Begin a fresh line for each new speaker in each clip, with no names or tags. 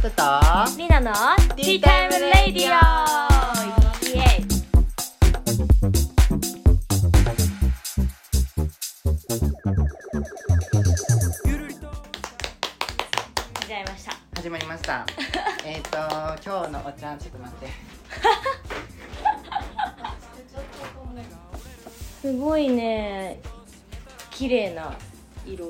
と
リナのティータイムレディオイエイ始まりました
始まりました えっと今日のお茶ちょっと待って
すごいね綺麗な色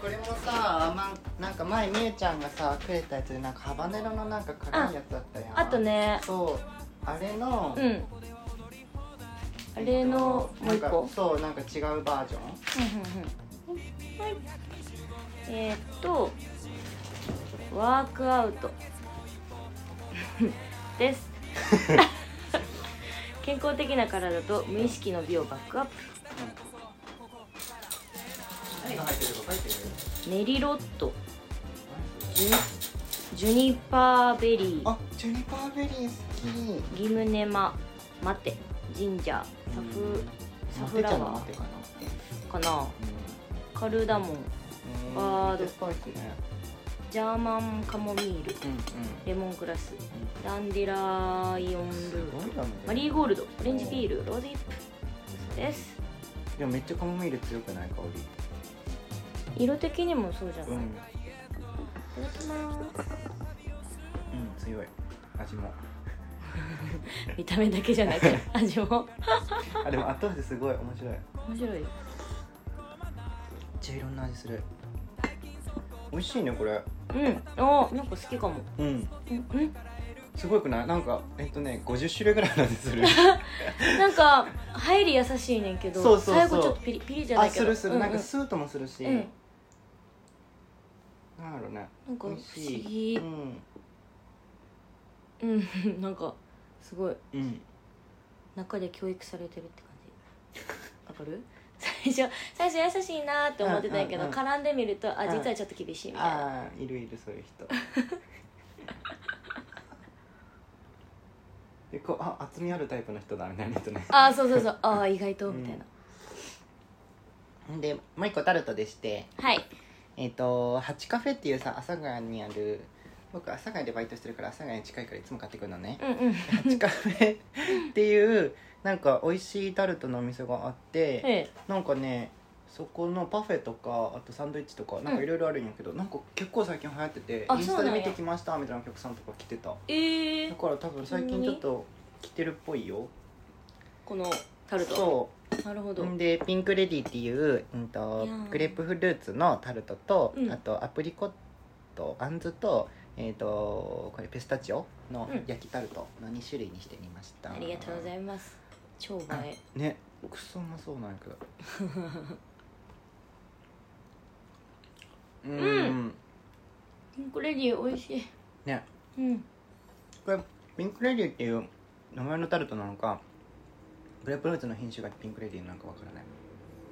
これもさ、ま、なんか前みゆちゃんがさくれたやつでなんかハバネロのなんか辛いやつだったやん
あとね
そうあれの、
うんあれのもう
なん
一
か
個
そうなんか違うバージョン
はいえーっとワークアウト です健康的な体と無意識の美をバックアッ
何が入ってるか書いてる
プネリロットジュジュニパーベリー
あジュニパーベリー好き
ギムネママテジンジャーサフサフラ
待
ワ
ってちゃんの待ってかな
ーかなカルダモン
うん
ワー
め
ド
っちゃスパイスね
ジャーマンカモミール
うんうん
レモングラスダンデライオン
す
ブー
ごいよね
マリーゴールド、オレンジピール、ローズヒップです。
でもめっちゃカモミール強くない香
色的にもそうじゃ
りう
ない。い
ん
ただきます
うん強い味も
見た目だけじゃなく て、味も。
あでも後味すごい面白いめっ
面白い。
ちゃいろんな味する美味しいねこれ
うん、あー、なんか好きかも。
うん
うん、うん、
すごくないなんかえっとね50種類ぐら いの味する
なんか、入り優しいねんけど、
そうそうそう
最後ちょっとピリピリじゃな
あ
いけ
す
ど。
るする
うん
なん
う
か
ん
スーッともするし
うん
なんだろうね
なんか不
美
思
味しいう
議。
ん
うん、なんか、すごい、
うん
中で教育されてるって感 じ。わかる。最初、最初優しいなーって思ってたんやけど、
うんうんうん
絡んでみると、あ、
うん
実はちょっと厳しいみたいな。
ああいるいるそういう 人でこうあ厚みあるタイプの人だみたいな人ね
あー、そうそうそう、あー、意外とみたいな。
でもう一個タルトでして
はい。
えっ、とハチカフェっていうさ阿佐ヶ谷にある僕阿佐ヶ谷でバイトしてるから阿佐ヶ谷に近いからいつも買ってくるのね
うんうん。
ハチカフェっていうなんか美味しいタルトのお店があって、
え
なんかねそこのパフェとかあとサンドイッチとかなんかいろいろあるんやけど、なんか結構最近流行ってて
あ
インス
そ
タ
う
で
なんや
見てきましたみたいなお客さんとか来てた
ええ
だ
ー、
から多分最近ちょっと来てるっぽいよ
このタルト
そう
なるほど、
んでピンクレディっていう、うん、と
いやー
グレープフルーツのタルトと、
うん
あとアプリコットあんずと,、えー、とこれペスタチオの
うん
焼きタルトの2種類にしてみました、
ありがとうございます超映え
ねくそうまそうなんや けどうーん
ピンクレディー美味しい
ね
うん
これピンクレディっていう名前のタルトなのかグレープフルーツの品種がピンクレディなのかわからない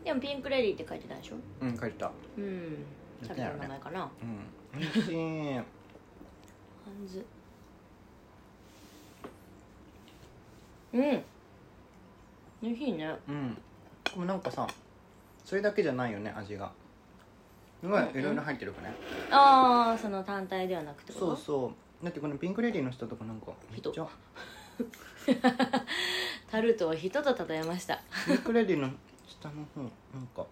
でもピンクレディーって書いてたでしょ
うん書いてた
うんタルトの名前かなハ
うん美味しい
ンズうん美味しいね
うんでもなんかさそれだけじゃないよね味がすごい
うんうん
いろいろ入ってるかね、
ああその単体ではなくて
そうそうだってこのピンクレディの人とかなんかめっちゃ
タルトを人と例えました
ピンクレディの下の方なんか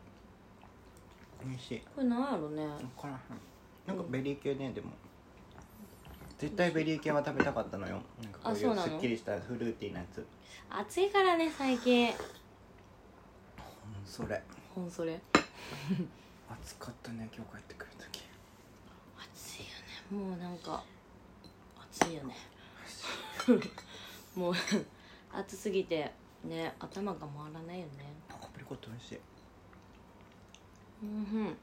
美味しい
これなんやろね
分からへんなんかベリー系ねでも絶対ベリー系は食べたかったのよなんかこうい
あそう
う
な
す
の
っきりしたフルーティーなやつ
暑いからね最近
うんそれ
ほんそれ
暑かったね今日帰ってくる時
暑いよねもうなんか暑いよねもう暑すぎてね頭が回らないよね
アプリコット美味しい
うん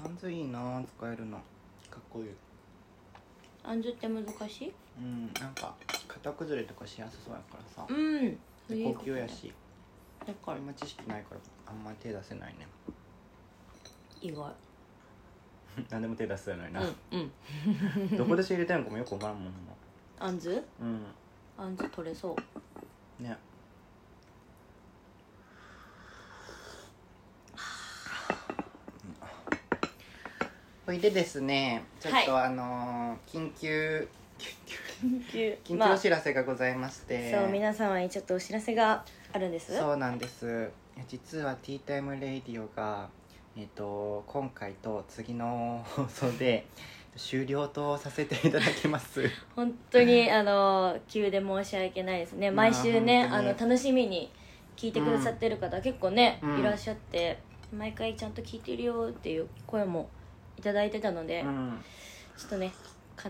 パンズいいな使えるのかっこいい
あんずって難しい
うんなんか型崩れとかしやすそうやからさ
うん
で
そういう
高
こと
級やし
だか
あ
ら
んま知識ないからあんま手出せないね
意外
何でも手出せないな、
うんう ん
どこで仕入れたいのかもよくわからんもんな
あんず
う
あんず取れそうん
ねほいでですねちょっと、
は
あのー緊急緊急
緊
緊急お知らせがございまして、
そう皆様にちょっとお知らせがあるんです
そうなんです実は「ティータイムレイディオが」えっと今回と次の放送 で終了とさせていただきます
本当にあの急で申し訳ないですね
や
毎週ね
本当
あ
に
の楽しみに聞いてくださってる方結構ね、
うん
いらっしゃって毎回ちゃんと聞いてるよっていう声もいただいてたので、
うん
ちょっとね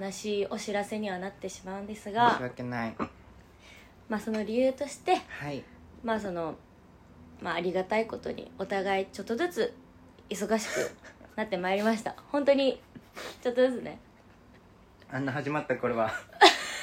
悲しいお知らせにはなってしまうんです
申し
が、
訳ない
まあ、その理由として
はい
まあその、まあ、ありがたいことにお互いちょっとずつ忙しくなってまいりました 本当にちょっとずつね
あんな始まった頃 は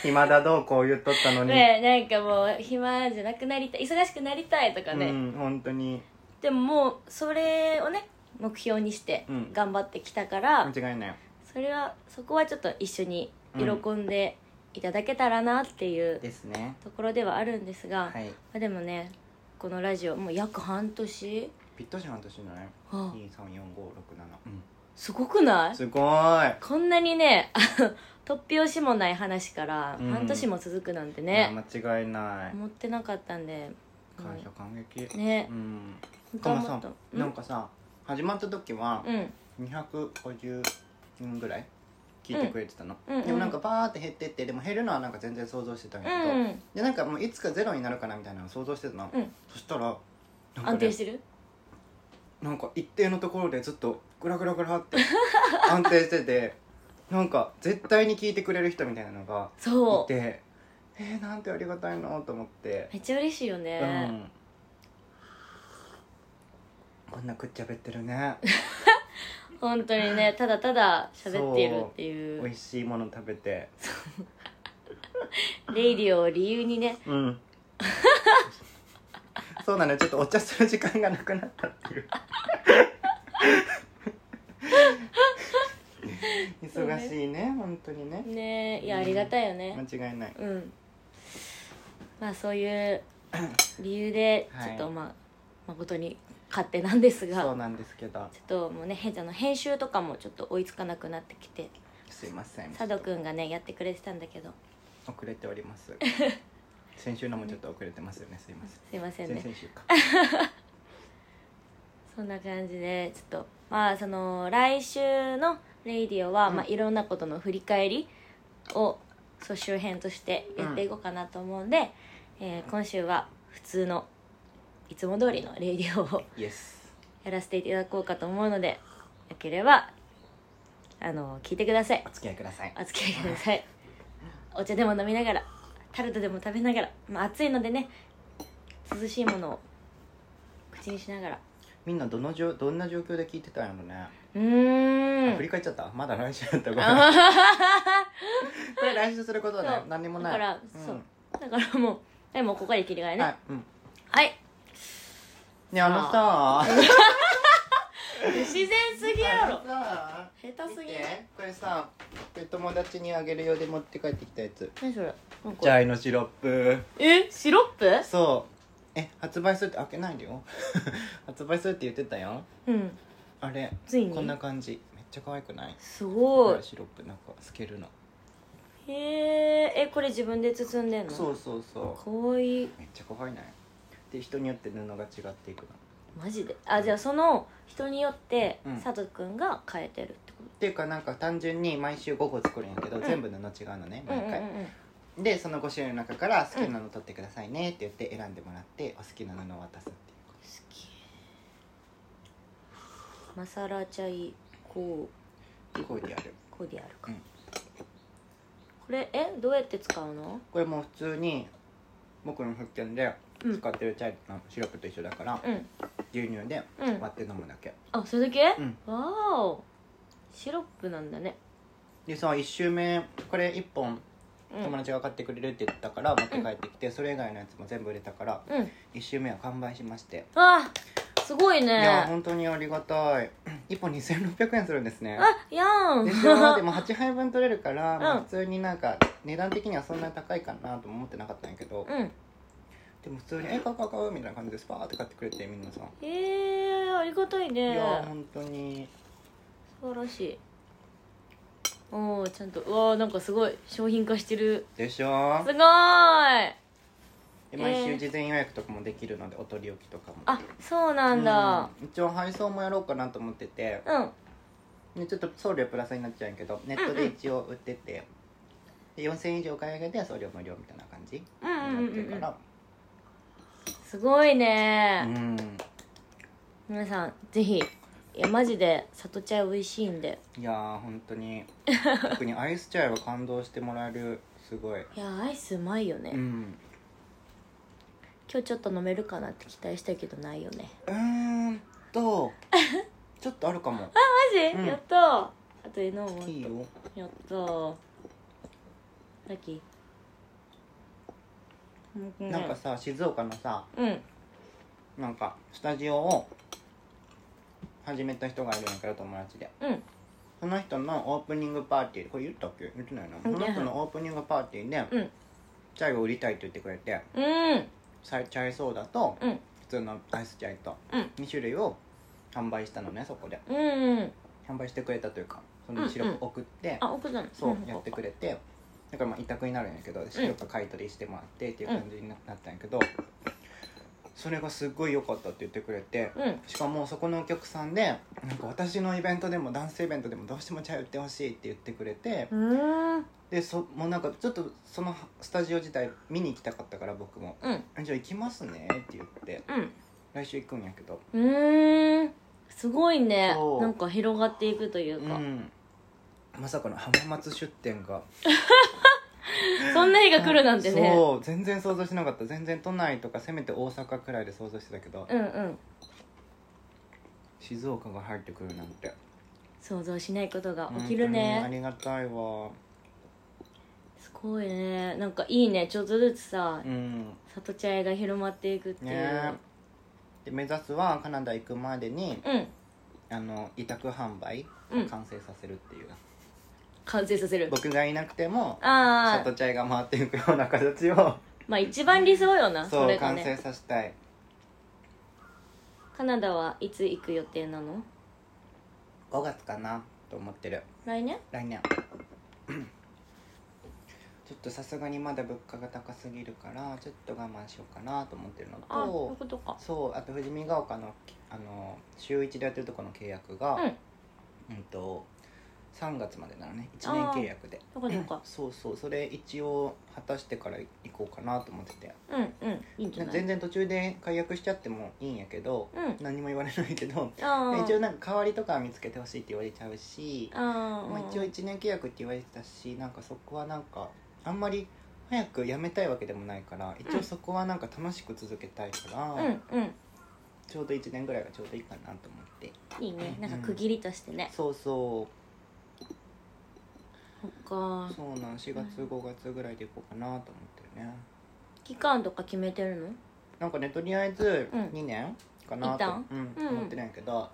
暇だどうこう言っとったのに、
ねなんかもう暇じゃなくなりたい忙しくなりたいとかね、
うん本当に
でももうそれをね目標にして
うん
頑張ってきたから、
間違いない
それはそこはちょっと一緒に喜んでいただけたらなっていう
ですね
ところではあるんですが、
は
ま
い
あ、でもねこのラジオもう約半年、
ぴったし半年じゃない
はあ
2 3 4 5 6 7
すごくな
うん
い
すごーい
こんなにね あの突拍子もない話から
うん
半年も続くなんて
いや
ね、
間違いない
思ってなかったんで、もう
感謝感激
ね
うん
本
か
当は
ま
も
さ
っと
んなんかさ始まった時は
うんうん
250人ぐらい聞いてくれてたの、
うんうんうん
でもなんかバーって減ってってでも減るのはなんか全然想像してたんやけど、
うん
でなんかもういつかゼロになるかなみたいなのを想像してたの、
うん
そしたらなんか,、
安定してる
なんか一定のところでずっとグラグラグラって 安定しててなんか絶対に聞いてくれる人みたいなのが
そ
いうてえー、なんてありがたいのと思って、
めっちゃ嬉しいよね、
うんこんなくっちゃべってる ね
本当にねただただ喋っているってい
美
う
味しいもの食べて
レイディオを理由にね
うん そうなのよちょっとお茶する時間がなくなったっていう 忙しいね本当にね
ねいやありがたいよね
間違いない
うんまあそう いう理由で
はい
ちょっとまあ、誠に勝手なんですがち
そ
ょ
うなんですけど
っともうね変あの編集とかもちょっと追いつかなくなってきて
すいません
佐渡君がねやってくれてたんだけど
遅れております 先週のもちょっと遅れてますよねすいません
す
先
いませんね
々 週か
そんな感じでちょっとまあその来週の「レイディオは」
うん
まあ、いろんなことの振り返りを総集編としてやっていこうかなと思うんで、えー今週は普通のいつも通りの「レイディオ」を
イエス
やらせていただこうかと思うのでよければあの聞いてください
お付き合いください
お付き合いくださいお茶でも飲みながらタルトでも食べながら、まあ、暑いのでね涼しいものを口にしながら
みんなどのじょどんな状況で聞いてたんやろね、
うーん
あ振り返っちゃったまだ来週だったごめん これ来週することだね
そう
何にも
だ
ない
から、
ん
そうだからもうはいもうここで切り替えね
は
はい
い、うん
はい、
ねあのさ
不自然すぎやろ
あ
下
のさ
手す
見
ぎ
てこれさこれ友達にあげる用で持って帰ってきたやつ
何それなん
チ
か
ャイのシロップ
えシロップ
そうえ発売するって開けないでよ 発売するって言ってたよ
うん
あれ
ついに
こんな感じめっちゃ可愛くない
すごい
これシロップなんか透けるの
へええこれ自分で包んでんの
そうそうそ
かわいいう
めっちゃ可愛いねで人によって布が違っていくの
マジであじゃあその人によって
うん
佐藤君が変えてるってこ
っていうかなんか単純に毎週5個作るんやけど、全部布違うのね
とう
毎
んうん
回、でその5種類の中から好きなの取ってくださいねって言って選んでもらってお好きな布を渡すっていう
好きマサラチャイコ
こういうでやる
ーコーディアル
う
か、
ん
これえどうやって使うの
これもう普通に僕の福建で
うん
使ってるチャイのシロップと一緒だから、
うん
牛乳で
うん
割って飲むだけ、
あそれだけ、
うん
わーおシロップなんだね
でさ1周目これ1本
うん
友達が買ってくれるって言ったから持って帰ってきて、それ以外のやつも全部売れたから
うん
1周目は完売しまして、
あすごい
いや
ね
本当にありがたい1本2600円するんですね
あやん
でしょで も8杯分取れるから、まあ
うん
普通になんか値段的にはそんなに高いかなとも思ってなかったんやけど、
うん
でも普通に「え買う買う買う」みたいな感じでスパーって買ってくれてみんなさん、
えー、ありがたい
いや
ね
本当に
素晴らしいおおちゃんとうわーなんかすごい商品化してる
でしょ
すごーい
で毎週事前予約とかもできるので、お取り置きとかも
あそうなんだ
うん一応配送もやろうかなと思ってて、
うん、
ね、ちょっと送料プラスになっちゃうんやけどネットで一応売ってて、で4000円以上お買い上げで送料無料みたいな感じに
うんうんう
なんってる
う
か
ん
ら
すごいうね
ん、
皆さんぜひいやマジで里茶美味しいんで
いやー本当に 特にアイスチャイは感動してもらえるすごい
いやアイスうまいよね、
うん
今日ちょっと飲めるかなって期待したけどないよね
うーんとちょっとあるか も
マジ、
うん
やったーあとえの
いい
も
よ
やったーラッキー
なんかさ静岡のさ
うん
なんかスタジオを始めた人がいるんやけど友達で
うん
その人のオープニングパーティーこれ言ったっけ言ってないなそ
言っ
の
てない
人のオープニングパーティーで、
うん
チャイを売りたいって言ってくれて
うん
さチャイソーダと
うん
普通のアイスチャイと
うん
2種類を販売したのねそこで
うんうん
販売してくれたというかそのシロップ送って、
あ奥さん
そう
うん
やってくれてだからまあ委託になるんやけどシロップ買い取りしてもらってっていう感じになったんやけど、それがすっごい良かったって言ってくれて
うん
しかもそこのお客さんでなんか私のイベントでもダンスイベントでもどうしてもチャイ売ってほしいって言ってくれて
うん
でそもうなんかちょっとそのスタジオ自体見に行きたかったから僕も
うん
「じゃあ行きますね」って言って
うん
来週行くんやけど
うーんすごいね
そう
なんか広がっていくという
う
か、
んまさかの浜松出店が
そんな日が来るなんてね
そう全然想像しなかった全然都内とかせめて大阪くらいで想像してたけど
うんうん
静岡が入ってくるなんて
想像しないことが起きるね
本当にありがたいわ
すごいねなんかいいねちょっとずつさ
うん
里茶屋が広まっていくっていう、
ねで目指すはカナダ行くまでに
うん
あの委託販売
うん
を完成させるっていう、
完成させる
僕がいなくても
ああ
里茶屋が回っていくような形を
まあ一番理想よなそ
そう
れが
完
ね
成させたい
カナダはいつ行く予定なの
5月かなと思ってる
来年
来年 ちょっとさすがにまだ物価が高すぎるからちょっと我慢しようかなと思ってるの
あそうい
と
うことか
そうあと富士見ヶ丘のあの週1でやってるとこの契約が、
うん
うんと3月までなのね1年契約で
そうかそ
そ
うか
うそうそれ一応果たしてから行こうかなと思ってて
うんうんいいんじゃない
全然途中で解約しちゃってもいいんやけど
うん
何も言われないけど
ああ
一応なんか代わりとかは見つけてほしいって言われちゃうし
あ
まあ、一応1年契約って言われてたしなんかそこはなんかあんまり早く辞めたいわけでもないから一応そこはなんか楽しく続けたいから、
あうんうん
ちょうど1年ぐらいがちょうどいいかなと思って
いいねなんか区切りとしてね、
そうそ
そっか
うそうなん4月5月ぐらいで行こうかなと思ってるね
期間とか決めてるの
なんかねとりあえず
うん
2年かな
一
と、
旦
うん
うん
思ってるんやけど、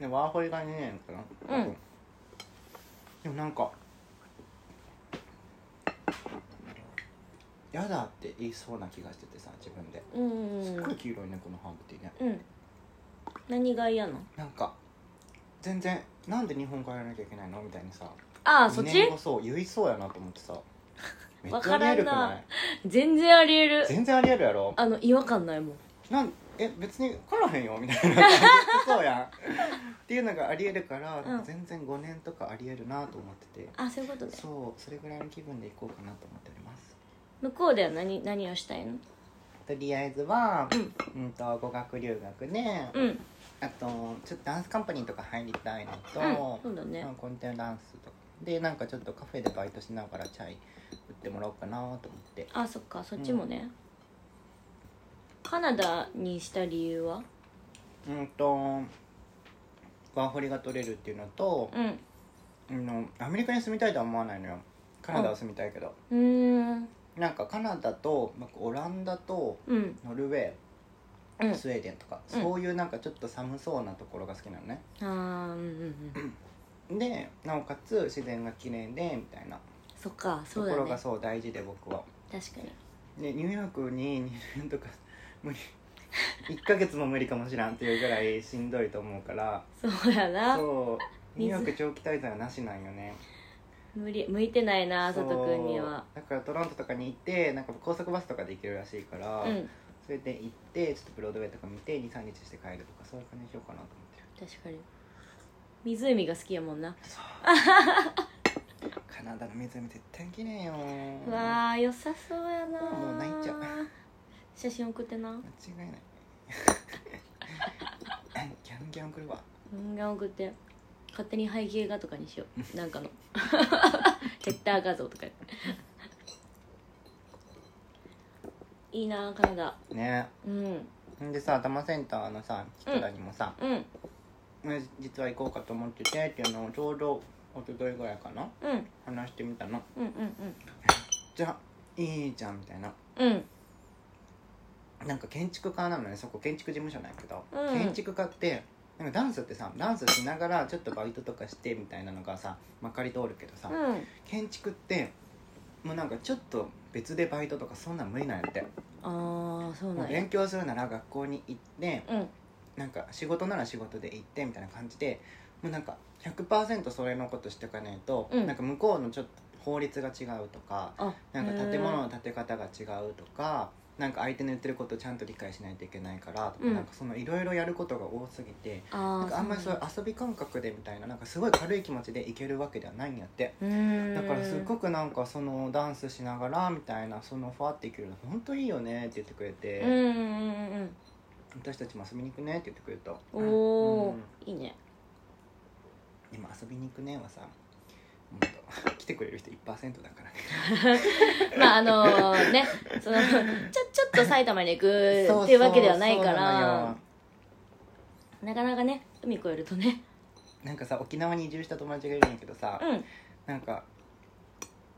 ね、ワーホリが2年かな多分
うん
でもなんかやだって言いそうな気がしててさ自分で
うん
すっ
う
ごい
ん
黄色いねこのハーブティーね
うん何が嫌なの
なんか全然なんで日本帰らなきゃいけないのみたいにさ
ああ
2
そっ
年
ち
後そう言いそうやなと思 ってさめっ
わ
ちゃ
からんな
リアルくない
全然ありえる
全然ありえるやろ
あの違和感ないもん
なんえ別に来らへんよみた いな感じそうやんっていうのがありえるから、
うん
全然5年とかありえるなと思ってて
あそういうことね
そうそれぐらいの気分で行こうかなと思っております
向こうでは何何をしたいの
とりあえずは
うん、
うん、と語学留学ね、
うん
あとちょっとダンスカンパニーとか入りたいの
うん
と、
そうだね
まあコンテンダンスとかでなんかちょっとカフェでバイトしながらチャイ売ってもらおうかなと思って
あそっかそっちもね、カナダにした理由は
うんとワーホリが取れるっていうのと、
うん
う
う
んのアメリカに住みたいとは思わないのよカナダは住みたいけど、
ーん
なんかカナダとなんかオランダと
うん
ノルウェ
う
ー
ん
スウェーデンとか、
うん
そういうなんかちょっと寒そうなところが好きなのね
あーうんうんうん
でなおかつ自然が綺麗でみたいな
そっか
と
そう
こ
だ
ろ
ね
がそう大事で僕は
確かに
でニューヨークに2年とか 無理1ヶ月も無理かもしらんっていうぐらいしんどいと思うから
そうやな
そうニューヨーク長期滞在はなしなんよね
無理向いてないな佐藤君には
そうだからトロントとかに行ってなんか高速バスとかで行けるらしいから、
うん
それで行ってちょっとブロードウェイとか見て23日して帰るとかそういう感じにしようかなと思ってる
確かに湖が好きやもんな、
カナダの湖絶対綺麗よ
うわあ良さそうやな
もう泣いちゃう
写真送ってな
間違いない ギャンギャン来るわ
うんが送って勝手に背景画とかにしようなんかの ヘッダー画像とかいいなカナダ
ね
うん
んでさ頭センターのさ人らにもさ、
うん
ね実は行こうかと思っててっていうのをちょうどおとといぐらいかな
うん
話してみたの
うん
じゃあいいじゃんみたいな
うんうんうん
なんか建築家なのねそこ建築事務所なんやけど、
うん
建築家ってなんかダンスってさダンスしながらちょっとバイトとかしてみたいなのがさまかり通るけどさ、
うん
建築ってもうなんかちょっと別でバイトとかそんなん無理なんやって、
ああそ
も
う
う
なんや
勉強するなら学校に行って
うん
なんか仕事なら仕事で行ってみたいな感じでもうなんか100%それのことしていかないと、
うん
なんか向こうのちょっと法律が違うとか
あ
なんか建物の建て方が違うとかなんか相手の言ってることをちゃんと理解しないといけないからとか、
うん
なんかそのいろいろやることが多すぎて
あ
な
ー
んかあんまりそういう遊び感覚でみたいななんかすごい軽い気持ちで行けるわけではないんやって
うーん
だからすごくなんかそのダンスしながらみたいなそのファって行けるの本当いいよねって言ってくれて、
うんうんうん
私たちも遊びに行くねって言ってくれた
うんおお
うん
いいね
でも遊びに行くねはさもっと 来てくれる人1%だからね
まああのねそのちょちょっと埼玉に行くっていうわけではない
そう
か
そうそうなの
ら
よ
なかなかね海越えるとね
なんかさ沖縄に移住した友達がいるんやけどさ、
うん
なんか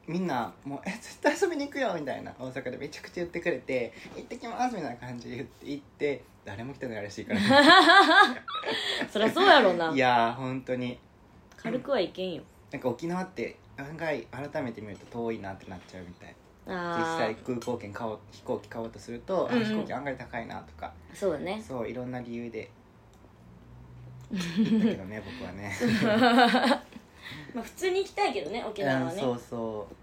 みんなもう「え絶対遊びに行くよ」みたいな大阪でめちゃくちゃ言ってくれて「行ってきます」みたいな感じで言って行って誰も来てないらしいから
そりゃそうやろうない
やー本当に
軽くはいけんよ
なんか沖縄って案外改めて見ると遠いなってなっちゃうみたい実
ああ
際空港券買おう飛行機買おうとすると、あ
うんうん
飛行機案外高いなとか
そうだね
そういろんな理由 で行ったけどね僕はね
まあ普通に行きたいけどね沖縄は
う
ね、
ん、そうそう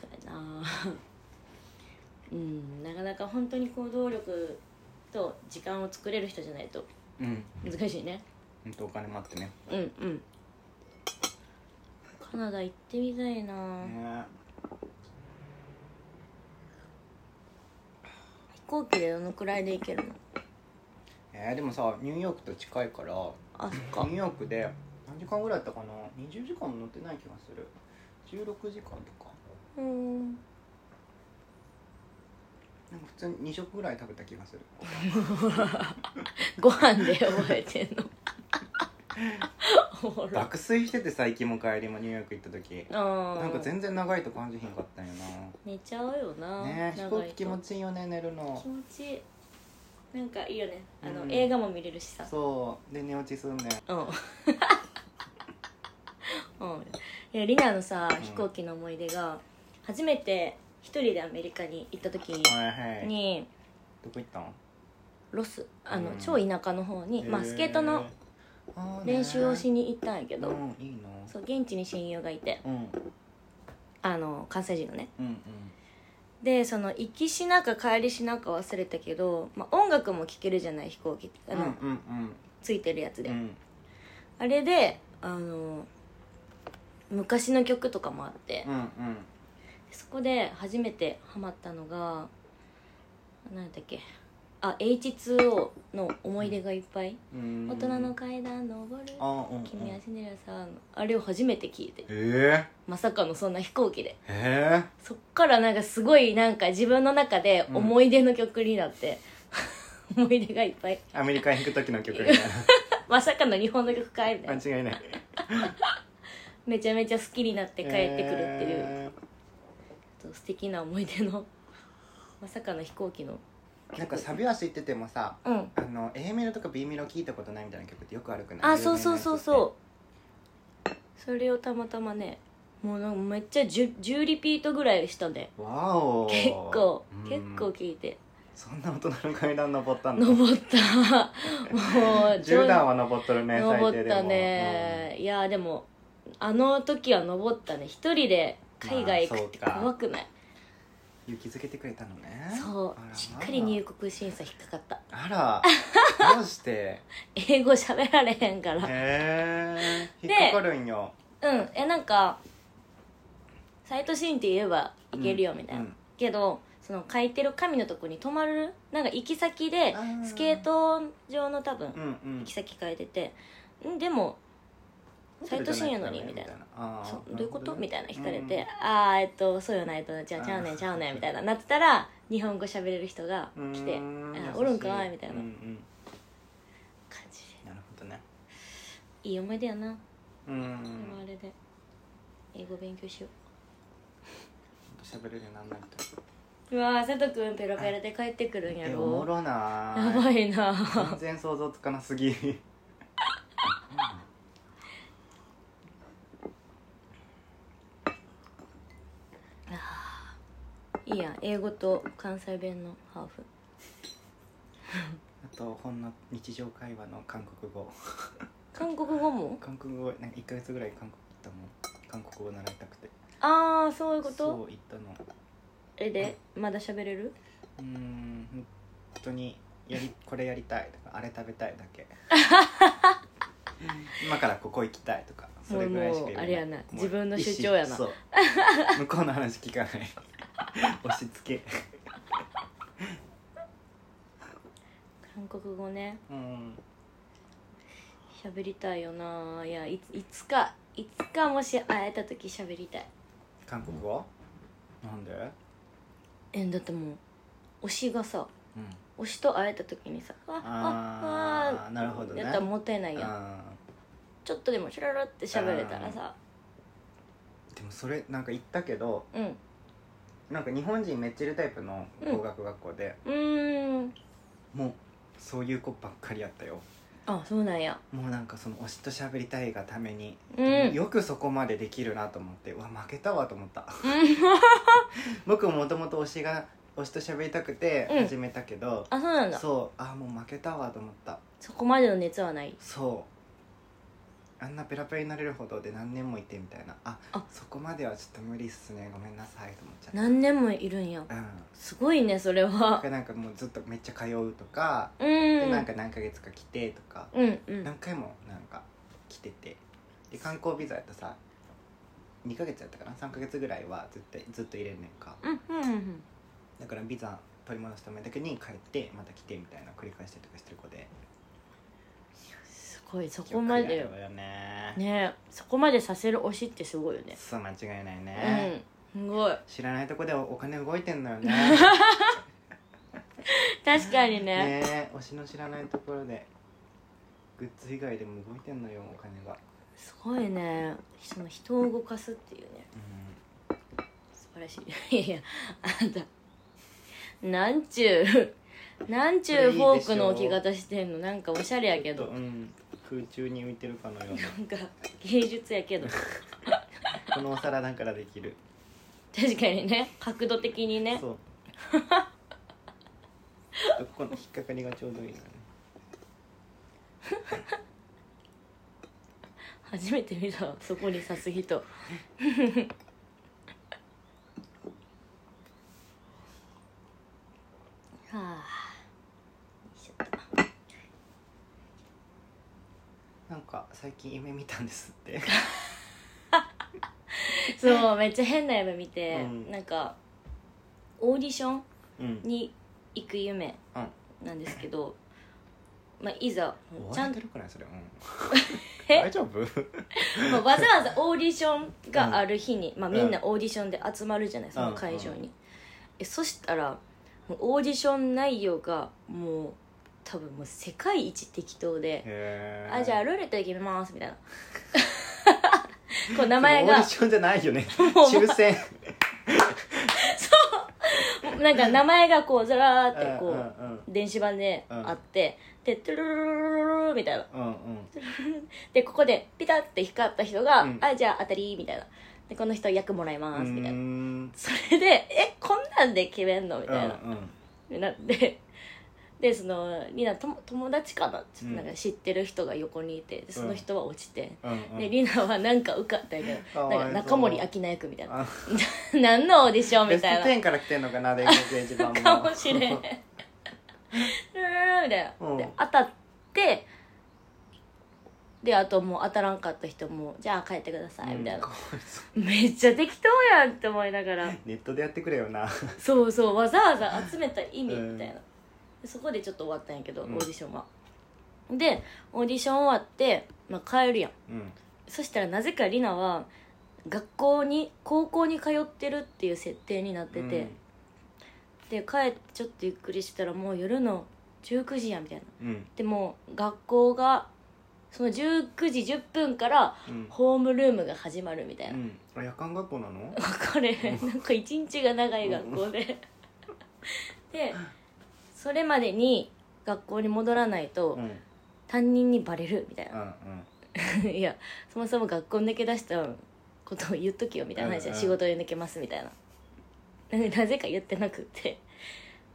確かにな うんなかなか本当に行動力と時間を作れる人じゃないと
うん
難しいね
ほんとお金もあってね
うんうんカナダ行ってみたいな、
ね
飛行機でどのくらいで行けるの
えーでもさニューヨークと近いから
あそっ
ニ
か
ューヨークで何時間ぐらいだったかな20時間も乗ってない気がする16時間とか
うん
なんか普通に2食ぐらい食べた気 がする
ご飯で覚え てんのおもろ
爆睡しててさ行きも帰りもニューヨーク行った時
あー
なんか全然長いと感じひんかったんよ
寝ちゃうよな
なねえ飛
長
行
い
機
と
気持ちいいよね寝るの
気持ちいいなんかいいよねあの、
うん
映画も見れるしさ
そうで寝落ちすんねん
うんうんいやリナのさ
ん
飛行機の思い出が初めて一人でアメリカに行った時
はいはい
に
どこ行ったん
ロスあの、
うん
超田舎の方に、まあ、スケートの練習をし
に
に行ったんやけど、
うんいいな
そう現地に親友がいて
うん
あの関西人のね
うんうん
でその行きしなか帰りしなか忘れたけど、まあ、音楽も聴けるじゃない飛行機ってあ
うんう
の、
ん
ついてるやつ
うん
で、
うん
あれであの昔の曲とかもあって、
うん
そこで初めてハマったのが何だっけあ H2O の思い出がいっぱい、
うんうん
大人の階段登る
あうんうん
君はシンデレラさんあれを初めて聞いて
え
まさかのそんな飛行機で
えええ
そっからなんかすごいなんか自分の中で思い出の曲になって、 思い出がいっぱい
アメリカに行く時の曲みたい
まさかの日本の曲かいみた
ない
な
間違いない
めちゃめちゃ好きになって帰ってくるっていう、
え
ちょっと素敵な思い出 のまさかの飛行機の
えなんかサビは知っててもさ
うん
あの A メロとか B メロ聞いたことないみたいな曲ってよくあるくない
あそうそうそうそうそれをたまたまねもうなんかめっちゃ 10, 10リピートぐらいしたんで
うわお
結構
うん
結構聞いて
そんな大人の階段登ったんだ
登ったもう
10段は登っとるね最低でも
登ったね、いやでもあの時は登ったね一人で海外行くって
まあそうか
怖くない、
勇気づけてくれたのね
そう
あら
しっかり入国審査引っかかった
あらどう して
英語喋られへんから
へえ
で
引っかかるんよ
うんえなんかサイトシーンって言えば行けるよみたいな、
うん
けどその書いてる紙のとこに泊まるなんか行き先で
あー
スケート場の多分
うんうん
行き先変えててんでもサイトシーンやのにみたいな
あー
そう
な
どういう
る
こ
ほ
と
ね
みたいな聞かれて、
うん
ああえっとそうよないとじゃあちゃうねんちゃうねんみたいななってたら日本語喋れる人が来て
うー
感あ
優し
おるんかいみたいな
うんうん
じ
なるほどね
でいい思い出やな
う
でもあ
ん
れで英語勉強しよ
喋れるようになんないと
ううわー瀬戸君ペロペロで帰ってくるんや
えおも
ろ
ろな
や
ー
ばいな
全然想像つかなすぎ
いいやん英語と関西弁のハーフ
あとほんの日常会話の韓国語
韓国語も
韓国語なんか1ヶ月ぐらい韓国行ったもん韓国語習いたくて
ああそういうこと
そう行ったの
えでまだ喋れる
うーん本当にやりこれやりたいとかあれ食べたいだ け今からここ行きたいとかそれぐらいしか言えない
もうあれやな
もう
自分の主張や
意
な
思そう向こうの話聞かない 押し付け
韓国語ね
うん
喋りたいよないやいついつかいつかもし会えた時喋りたい
韓国語なんで
えだってもう推しがさ
うん
推しと会えた時にさあ
あー
あ
なるほどね
やったらもったいないやん
あ
ちょっとでもシュララって喋れたらさ
ーでもそれなんか行ったけど
うんう
なんか日本人めっちゃいるタイプの
うん
語学学校で、
ーん
もうそういう子ばっかりやったよ
あそうなんや
もうなんかその推しと喋りたいがために、
うん
よくそこまでできるなと思ってうわ負けたわと思った 僕もともと推しが推しと喋りたくて
うん
始めたけど、
あそうなんだそ
そうあもう負けたわと思った
こまでの熱はない
そうあんなペラペラになれるほどで何年もいてみたいなあ
あ
そこまではちょっと無理っすねごめんなさいと思っちゃった
何年もいるんや
うん
すごいねそれ
だ
は
からなんかもうずっとめっちゃ通うとか、
うん
でなんか何ヶ月か来てとか
うんうん
何回もなんか来ててで観光ビザやったさ2ヶ月やったかな3ヶ月ぐらいは絶対ずっと入れんねんか
うんうんうん
だからビザ取り戻すためだけに帰ってまた来てみたいな繰り返したりとかしてる子です
ごいそこまで
よ
よ
くやるわよね
ねえそこまでさせる推しってすごいよね
そう間違いないね、
うんすごい
知らないとこでお金動いてんのよね
確かに ね
ねえ推しの知らないところでグッズ以外でも動いてんのよお金が
すごいねその人を動かすっていうね
う
素晴らしい いやいやあんたなんちゅうなんちゅうフォークの置き方してんのなんかおしゃれやけ
ん、
ど
うん、空中に浮いてるかのよう な
なんか芸術やけど
このお皿だからできる
確かにね角度的にね
そう ここの引っかかりがちょうどいいのね
初めて見たわそこに刺す人はあ
なんか最近夢見たんですって
そうめっちゃ変な夢見て、
うん
なんかオーディション
うん
に行く夢
うん
なんですけど、まあ、いざ
お
ちゃ
笑
ん
い
と
だ、るくないそれ、うん、
え
大丈 夫
まあ、わざわざオーディションがある日に、まあ、みんなオーディションで集まるじゃないその会場に、
うんう
えそしたらもうオーディション内容がもう多分もう世界一適当で「
へー
あじゃあルーレットで決めます」みたいなこう名
名
前
前がオー
が
ディションじゃないよね
もう
抽選
なんか名前がこうザラーってこ
うん
う電子版であって、でトゥルルルルルルルみたいな
うんうん
でここでピタッて光った人が「
うん
あじゃあ当たり」みたいなでこの人役もらいま
う
すみたいなん それで「えこんなんで決めんの?」み
う
たい
ん
な、なってでそのリナとも友達かなちょっとなん
う
か
ん
知ってる人が横にいてでその人は落ちて、
うんうん
でリナはなんか受かったみたい
か
な
わい
な
そうん
か中森明菜役みたいな
あ
何のオーディション
ベ
み
スト
たい
10から来てんのかなで掲示板も
なかもしれんうーんみたいな、
うん
で当たってであともう当たらんかった人もじゃあ帰ってくださいみたいな
か、わいそう
めっちゃ適当やんって思いながら
ネットでやってくれよな
そうそうわざわざ集めた意味
うん
みたいな、そこでちょっと終わったんやけど、
うん
オーディションはでオーディション終わって、まあ、帰るやん
うん
そしたらなぜかリナは学校に高校に通ってるっていう設定になってて、で帰ってちょっとゆっくりしたらもう夜の19時やみたいな
うんうん
でも学校がその19時10分から
うん
ホームルームが始まるみたいな、
うんあ夜間学校なの
これなんか一日が長い学校で でそれまでに学校に戻らないうと
んうん
担任にバレるみたい
うん
な いやそもそも学校抜け出したことを言っときよみたいな話
うん
で
うん
仕事で抜けますみたいななぜか言ってなくて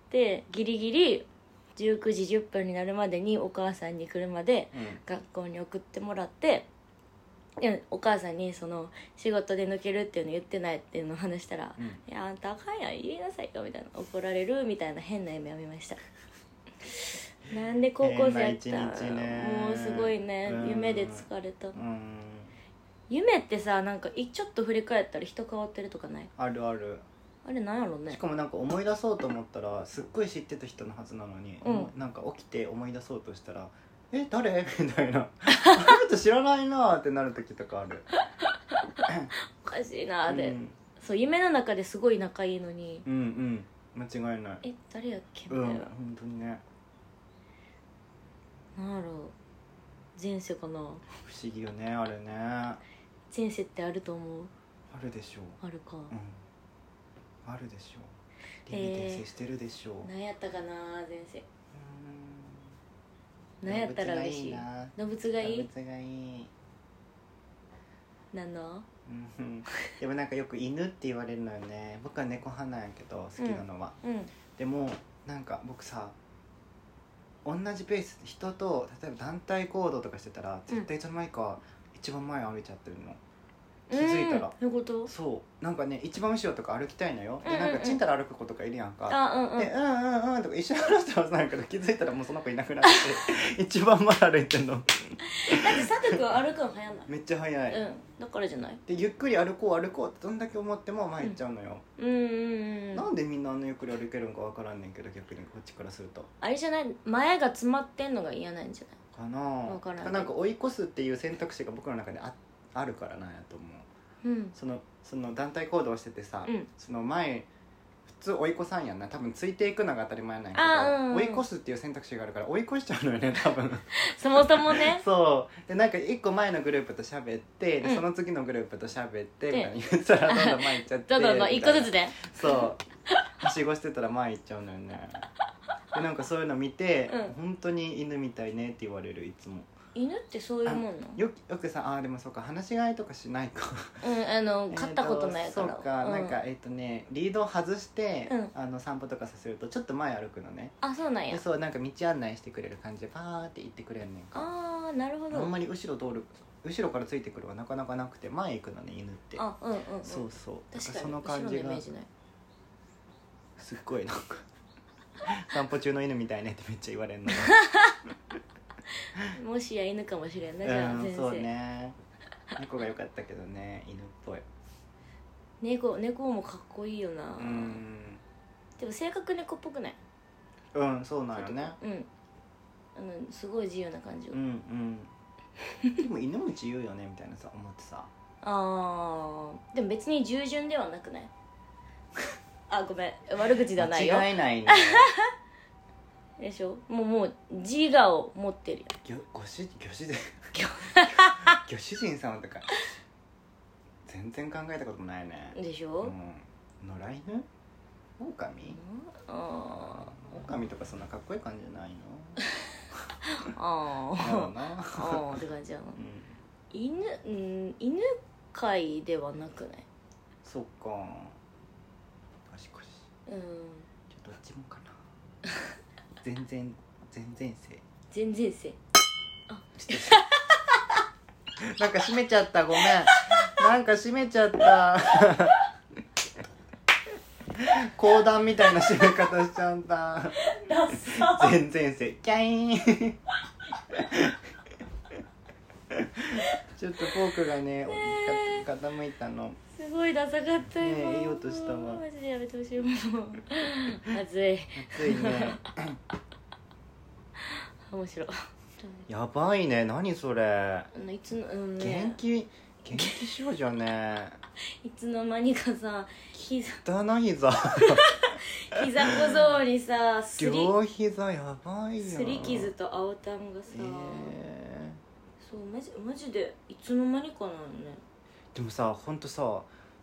でギリギリ19時10分になるまでにお母さんに車で
うん
学校に送ってもらってでお母さんにその仕事で抜けるっていうの言ってないっていうのを話したら
うん
「いやあんたあかんやん言いなさいよ」みたいな怒られるみたいな変な夢を見 ましたなんで高校生やった
変な一日ね
もうすごいね
うん
夢で疲れた
うん
夢ってさなんかいちょっと振り返ったら人変わってるとかない
あるある
あれなんやろう
し
ね
かもなんか思い出そうと思ったらすっごい知ってた人のはずなのに、
うん
なんか起きて思い出そうとしたら「え誰?」 みたい な「あの人知らないな」ってなる時とかある
おかしいなーで、
うん、
そう夢の中ですごい仲いいのに
うんうん間違いない
「え誰やっけ?」み
う
たい
ん
な、
本当にね
なんやろう前世か
不
な
思議よねあれねあ
前世ってあると思う
るでしょう、
あるか、
うん、あるでしょう
え
輪
ー
廻転生してるでしょう、
何やったかな前世
うーん
何やったら嬉しい
動物がいいな
動物がいい
動物がいい
なんの
うんでもなんかよく犬って言われるのよね僕は猫派なんやけど好きなのは、
うん
でもなんか僕さ同じペース人と例えば団体行動とかしてたら
うん
絶対いつの間にか一番前歩いちゃってるの、気づいたら
うんそういうこと
そうなんかね一番後ろとか歩きたいのよ、
うんうんう
で
ん
なんかちんたら歩く子とかいるやんか
あうんうん
でうんうんうんとか一緒に歩いてたはずなんやけど気づいたらもうその子いなくなって て一番前歩いてんの
だって佐藤君歩くの早ない
めっちゃ速い、
うんだからじゃない
でゆっくり歩こう歩こうってどんだけ思っても前行っちゃうのよ、
うんうんう
なんんでみんなあんなゆっくり歩けるんかわからんねんけど逆にこっちからすると
あれじゃない前が詰まってんのが嫌なんじゃない
かな
わからんけど
なんか追い越すっていう選択肢が僕の中でああるからなんやと思う
うん
そのその団体行動しててさ、
うん
その前普通追い越さんやんな多分ついていくのが当たり前なんや
あ
け
うん
ど、
うん
追い越すっていう選択肢があるから追い越しちゃうのよね 多分
そもそもね
そうでなんか一個前のグループと喋って、で
うん
その次のグループと喋ってみ
で
たいな言ったらどんどん前行っちゃ って
どうぞどうぞ
み
一
たい
個
な
ずつで
そうはしごしてたら前行っちゃうのよねでなんかそういうの見て、
うん
本当に犬みたいねって言われるいつも
犬ってそういうもんなの
よよくさあーでもそうか話し飼いとかしないか
うんあの飼ったことないか
えー
ら
とそうか、
うん
なんかえっ、とねリードを外して、
うん
あの散歩とかさせるとちょっと前歩くのね
あそうなん
で
や
そうなんか道案内してくれる感じでパーって行ってくれんねんか
ああなるほ
あ
ど
んまり後ろ通る後ろからついてくるはなかなかなくて前行くのね犬って
あうんうんうん
そうそうだら
確か
そ
に
の
後ろ
感
の
じ
イメ
が
ージない
すっごいなん か散歩中の犬みたいねってめっちゃ言われるの
もしや犬かもしれんなじゃあ
う
先
んそう
生
ね猫が良かったけどね犬っぽい
猫猫もかっこいいよな、
うん
でも性格猫っぽくない
うんそうなんよね
うんあのすごい自由な感じ、
うんうんでも犬も自由よねみたいなさ思ってさ
あーでも別に従順ではなくない あごめん悪口じゃないよ
間違えないね
でしょもうもう自我を持ってるよ
ぎょご主ご主人 ご主人様とか全然考えたこともないね
でし
う
ょ、
ん野良犬狼
あ
狼とかそんなかっこいい感じじゃない の
ーあ
だろう
ー
な
あーって感じやな
うん
犬うん犬界ではなくない
そっかしかし
うん
じ ゃあどっちもかな全全然全然生
全然生
ちょっと なんか閉めちゃったごめんなんか閉めちゃった 講談みたいな締め方しちゃった
ダッサ
全然せキャイン ちょっとフォークがねか傾いたの
すごいダサかったよ
ねえ言いようとしたわ
マジでやめてほしいもう熱い
熱いね
面白い
やばいね何それ
あのいつの、うん
元
ね、
気元気少女ね
いつの間にかさ膝
汚いぞ
膝小僧にさすり
両膝やばいよ
すり傷と青タンがさ、
え
そうマジマジでいつの間にかなのね
ーでもさほんとさ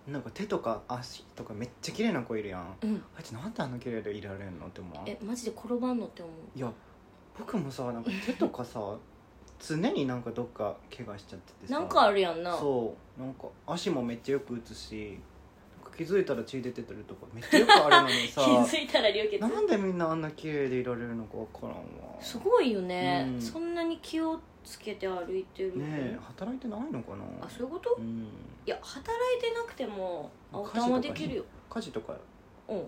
なんか手とか足とかめっちゃ綺麗な子いるやん
うん
あいつなんであんな綺麗でいられるのって思わん
えマジで転ばんのって思う
いや僕もさなんか手とかさ 常になんかどっか怪我しちゃっててさ
なんかあるやんな
そうなんか足もめっちゃよく打つしなんか気づいたら血出てるとかめっちゃよくあるのに
気
さ
づいたら流血
なんでみんなあんな綺麗でいられるのかわからんわ
すごいよね、
うん
そんなに気をつけて歩いてる
ねえ働いてないのかな
あそういうこと
うん
いや働いてなくても青タンは
家事とかね
できるよ
家事とか
うん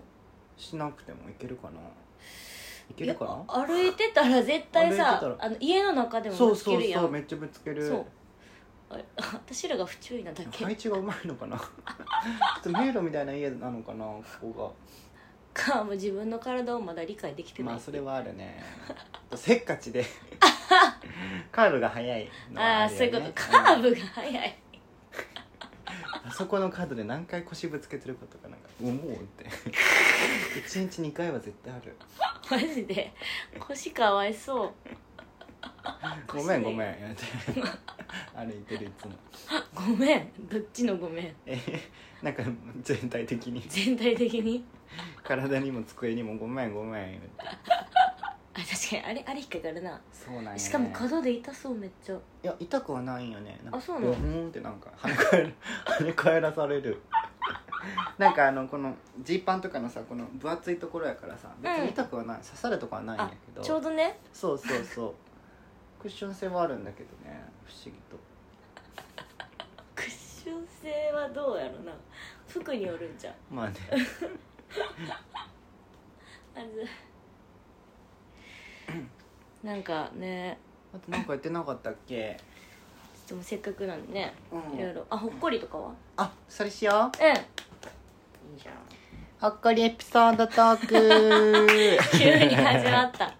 しなくてもいけるかないけるか
い
な
や歩いてたら絶対
歩いて
さ
た
あの家の中で
そ
も
う
つけ
そう
るやん
そうめっちゃぶつける
そうあれ私らが不注意なだけ
配置がうまいのかなちょっと迷路みたいな家なのかなここが
かもう自分の体をまだ理解できてない
まあそれはあるねせっかち でカーブが速いのは
ああ
る
そ
よ
ういう
ね
ことカーブが速い
うんあそこの角で何回腰ぶつけてることかなんか思うって 一日2回は絶対ある
マジで腰かわいそう
ごめんごめん
ん
やめて歩いてるいつも
ごめんどっちのごめん
えなんか全体的に
全体的に
体にも机にもごめんごめん言うて
あ確かにあれあれ引っかかるな
そうなんや、ね、
しかも角で痛そうめっちゃ
いや痛くはないんよねなんか
あそうなの
ブーンってなんか跳ね返る 跳ね返らされ るなんかあのこのジーパンとかのさこの分厚いところやからさ別に痛くはない、刺さるとこはないんや
あ
けど
ちょうどね
そうそうそうクッション性はあるんだけどね不思議と
クッション性はどうやろな服によるんじゃん
まあね
あずなんかね
あとなんか言ってなかったっけ
ちょっともうせっかくなんでね
うん
いろいろあほっこりとかは
あそれしよ
うんいいじゃん
うほっこりエピソードトー ク
急に始まった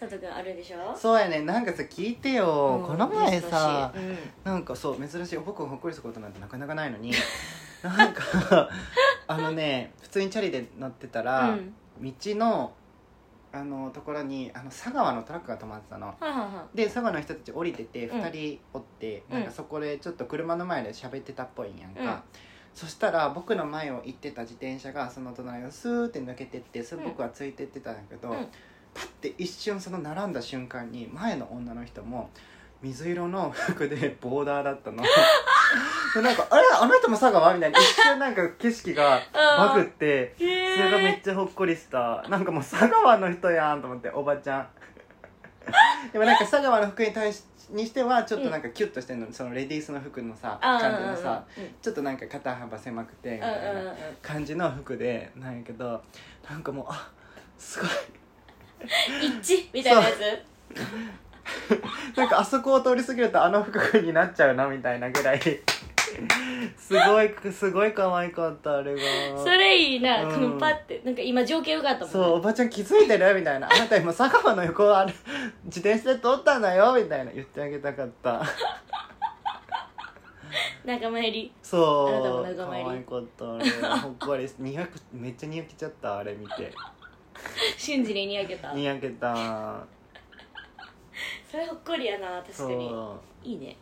佐藤君あるでしょ
そうやねなんかさ聞いてよ、
うん
この前さ、
どうしどうし
なんかそう珍しい僕をほっこりすることなんてなかなかないの になんかあのね普通にチャリで乗ってた
うん
ら、
うん
道のあのところにあの佐川のトラックが止まってたの
はいはいは
で佐賀の人たち降りてて
うん
2人おって、
うん
なんかそこでちょっと車の前で喋ってたっぽいんやんか、
うん
そしたら僕の前を行ってた自転車がその隣をスーって抜けてってそれ
うん
僕はついてってたんだけど、
うん
パッて一瞬その並んだ瞬間に前の女の人も水色の服で ボーダーだ ったの。でなんか「あれあの人も佐川?」みたいな一瞬なんか景色がバグって
いへ
それがめ
え
っちゃほっこりしたなんかもう佐川の人やんと思っておばちゃんでもなんか佐川の服に対しにしてはちょっとなんかキュッとしてんの、そのレディースの服のさ感じのさちょっとなんか肩幅狭くてみたいな感じの服でなんやけどなんかもうあすごい
一みたいなやつ
なんかあそこを通り過ぎるとあの服になっちゃうなみたいなぐらいすごいすごい可愛かったあれが
それいいな、
うん
このパってなんか今情景よかったもんね
そうおばちゃん気づいてるみたいな「あなた今佐川の横をあれ自転車で通ったんだよ」みたいな言ってあげたか った
仲間入り
そう
あなたも仲間入り
可愛かったあれほっこりしにやくめっちゃにやけちゃったあれ見て
瞬時ににやけた
にやけた
それほっこりやな確かに
そう
いいね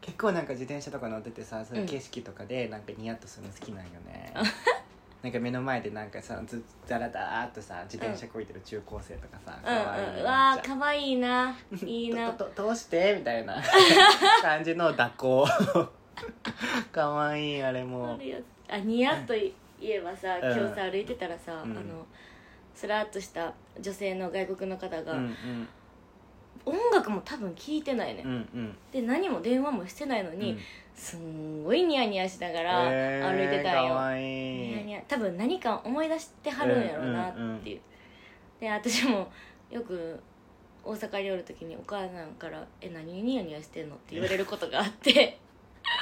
結構なんか自転車とか乗っててさそういううん景色とかでなんかニヤッとするの好きなんよね、 なんか目の前でなんかさずザラダーっとさ自転車こいてる中高生とかさ、
うん
可愛い
うん
の
う
な
わ
っ
ー
ちゃう
かわいいないいな
ととと通してみたいな感じの蛇行かわいいあれも
あニヤッと言えばさ
うん
今日さ歩いてたらさ、
うん
あのスラっとした女性の外国の方
う
が、
んうん
音楽も多分聞いてないね、
うんうん
で何も電話もしてないのに、
うん
すんごいニヤニヤしながら
えー
歩いてたんよ、
かわ
ニヤ
い
ニ
い
ヤ多分何か思い出してはるんやろうなって
う
いう、
んうんうん
で私もよく大阪におる時にお母さんから「え何ニヤニヤしてんの?」って言われることがあって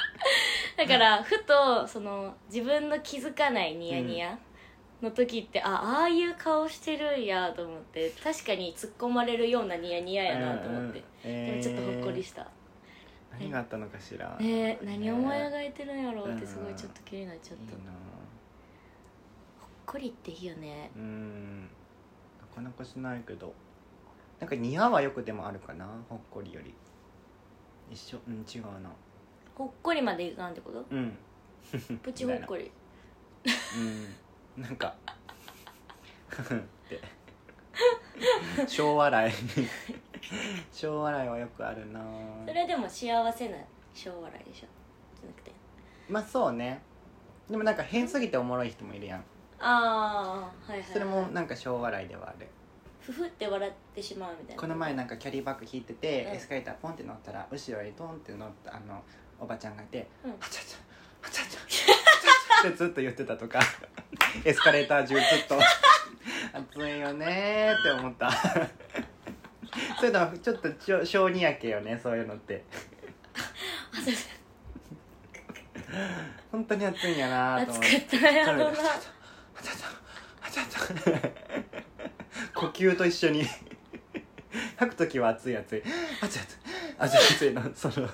だからふとその自分の気づかないニヤニヤの時って、あああいう顔してるんやと思って確かに突っ込まれるようなニヤニヤやなと思って、
うんうん
でもちょっとほっこり
え
した、
ー何があったのかしら
ねえ何思い
ね
描いてるんやろうってすごい
うん
ちょっと気になっちゃっ
いい
た、
な
ほっこりっていいよね
うんなかなかしないけどなんか似合はよくでもあるかなほっこりより一緒うん違うな
ほっこりまでいかんってこと
うん
プチほっこり
うんなんかって小笑い小笑いはよくあるな
それでも幸せな小笑いでしょじゃなくて
まあそうねでもなんか変すぎておもろい人もいるやん
ああはいはい、はい、
それもなんか小笑いではある
ふふって笑ってしまうみたいな
この前なんかキャリーバッグ引いてて、
うん
エスカレーターポンって乗ったら後ろにトンって乗ったあのおばちゃんがいて「
うん
はちゃちゃはちゃちゃはちゃちゃ」ってずっと言ってたとかエスカレーター中ずっと「暑いよね」って思ったそういうのはちょっとちょ小にやけよねそういうのって
あそうそう
本当に暑いんやなと
暑
思っ
か
て
ったなやろうな
はちゃちゃはちゃちゃ呼吸と一緒に吐く時は熱い熱い熱い熱い熱い熱いのその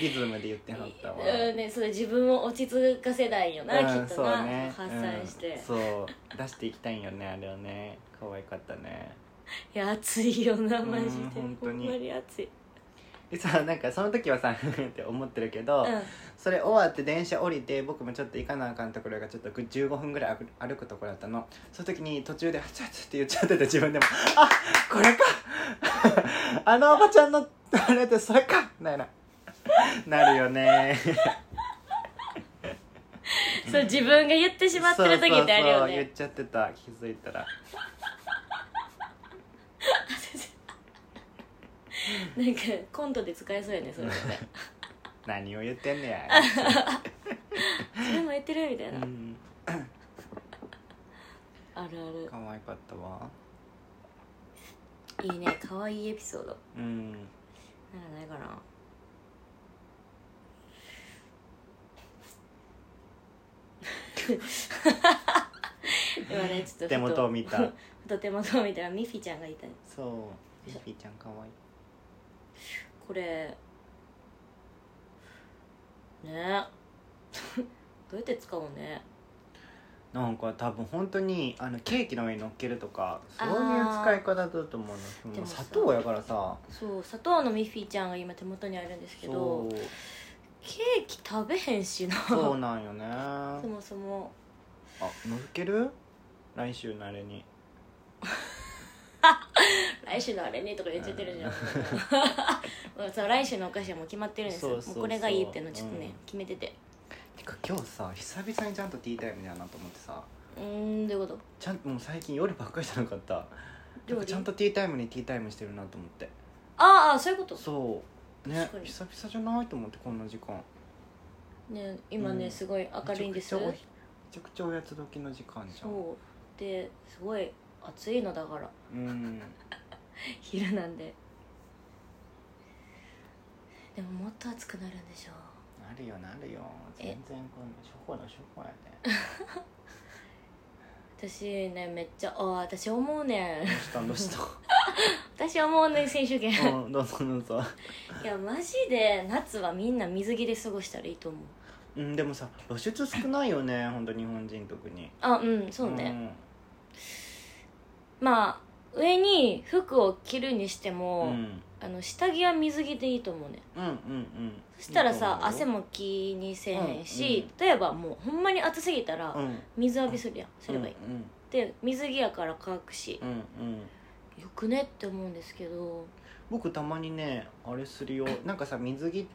リズムで言ってはったわ
うんねそれ自分を落ち着かせないよな、
うん
きっ
そ
と
う
な、
ね
発散して、
うん
い
そう出していきたいんよねあれをね可愛かったね
や暑いよなマジで
うん本当に
ほんまに暑い
でさなんかその時はさ って思ってるけど、
うん
それ終わって電車降りて僕もちょっと行かなあかんところがちょっとぐ15分ぐらい歩歩くところだったのその時に途中で「はちゃはちゃ」って言っちゃってて自分でも「あこれか あのおばちゃんのあれってそれか」みたいななるよね
そう自分が言ってしまってる時って
そうそう
あるよ
そう言っ
ね
ちゃってた気づいたら
なんかコントで使えそうやねそれ も
何を言ってんねや、
それも言ってるみたいな、
うん、
あるある
可愛かったわ
いいね可愛いエピソード
うん
なんかないかな今ねちょっと
手元を見た
ふと手元を見たらミフィちゃんがいた
そうミッフィーちゃん可愛い
これねどうやって使うのね
なんか多分本当にあのケーキの上に乗っけるとかそういう使い方だと思うの
で
も
も
う
さ
砂糖やからさ
そう砂糖のミフィちゃんが今手元にあるんですけ
そ
ど
う
ケーキ食べへんしな
そう
そ
なんよねあ
もそも
乗っける来週のあれに
来週のあれねとか言っちゃってるじゃ んそう来週のお菓子はもう決まってるんですよ
そうそうそう
もうこれがいいっていうのちょっとね、
うん
決めてて
てか今日さ久々にちゃんとティータイムだなと思ってさ
うーんどういうこと
ちゃんもう最近夜ばっかりじゃなかった
料
なんか
理
ちゃんとティータイムにティータイムしてるなと思って
ああそういうこと
そうね
確かに
久々じゃないと思ってこんな時間
ね今ね、
うん
すごい明るいんです
め
よ
ちゃくちゃおめちゃくちゃおやつ時の時間じゃん
そうですごい暑いのだから
うん
昼なんででももっと暑くなるんでしょ
なるよなるよ
え
全然このショコラショコラね
私ねめっちゃああ私思うねん
どうしたど
私思うねん選手権
うしたうんどうぞどうぞ
いやマジで夏はみんな水着で過ごしたらいいと思う
うんでもさ露出少ないよね本当日本人特に
あうんそうね、まあ上に服を着るにして
うん、
も、
うん、
あの下着は水着でいいと思うね
うんうんうん
そしたらさ
いいと
汗
思
も気にせえへん
う
し
ん、
例えばもうほんまに暑すぎたら、
うようん
水浴びするやんすればいい、
うん
で水着やから乾くし
う、んうん
よくねって思うんですけど
僕たまにねあれするよなんかさ水着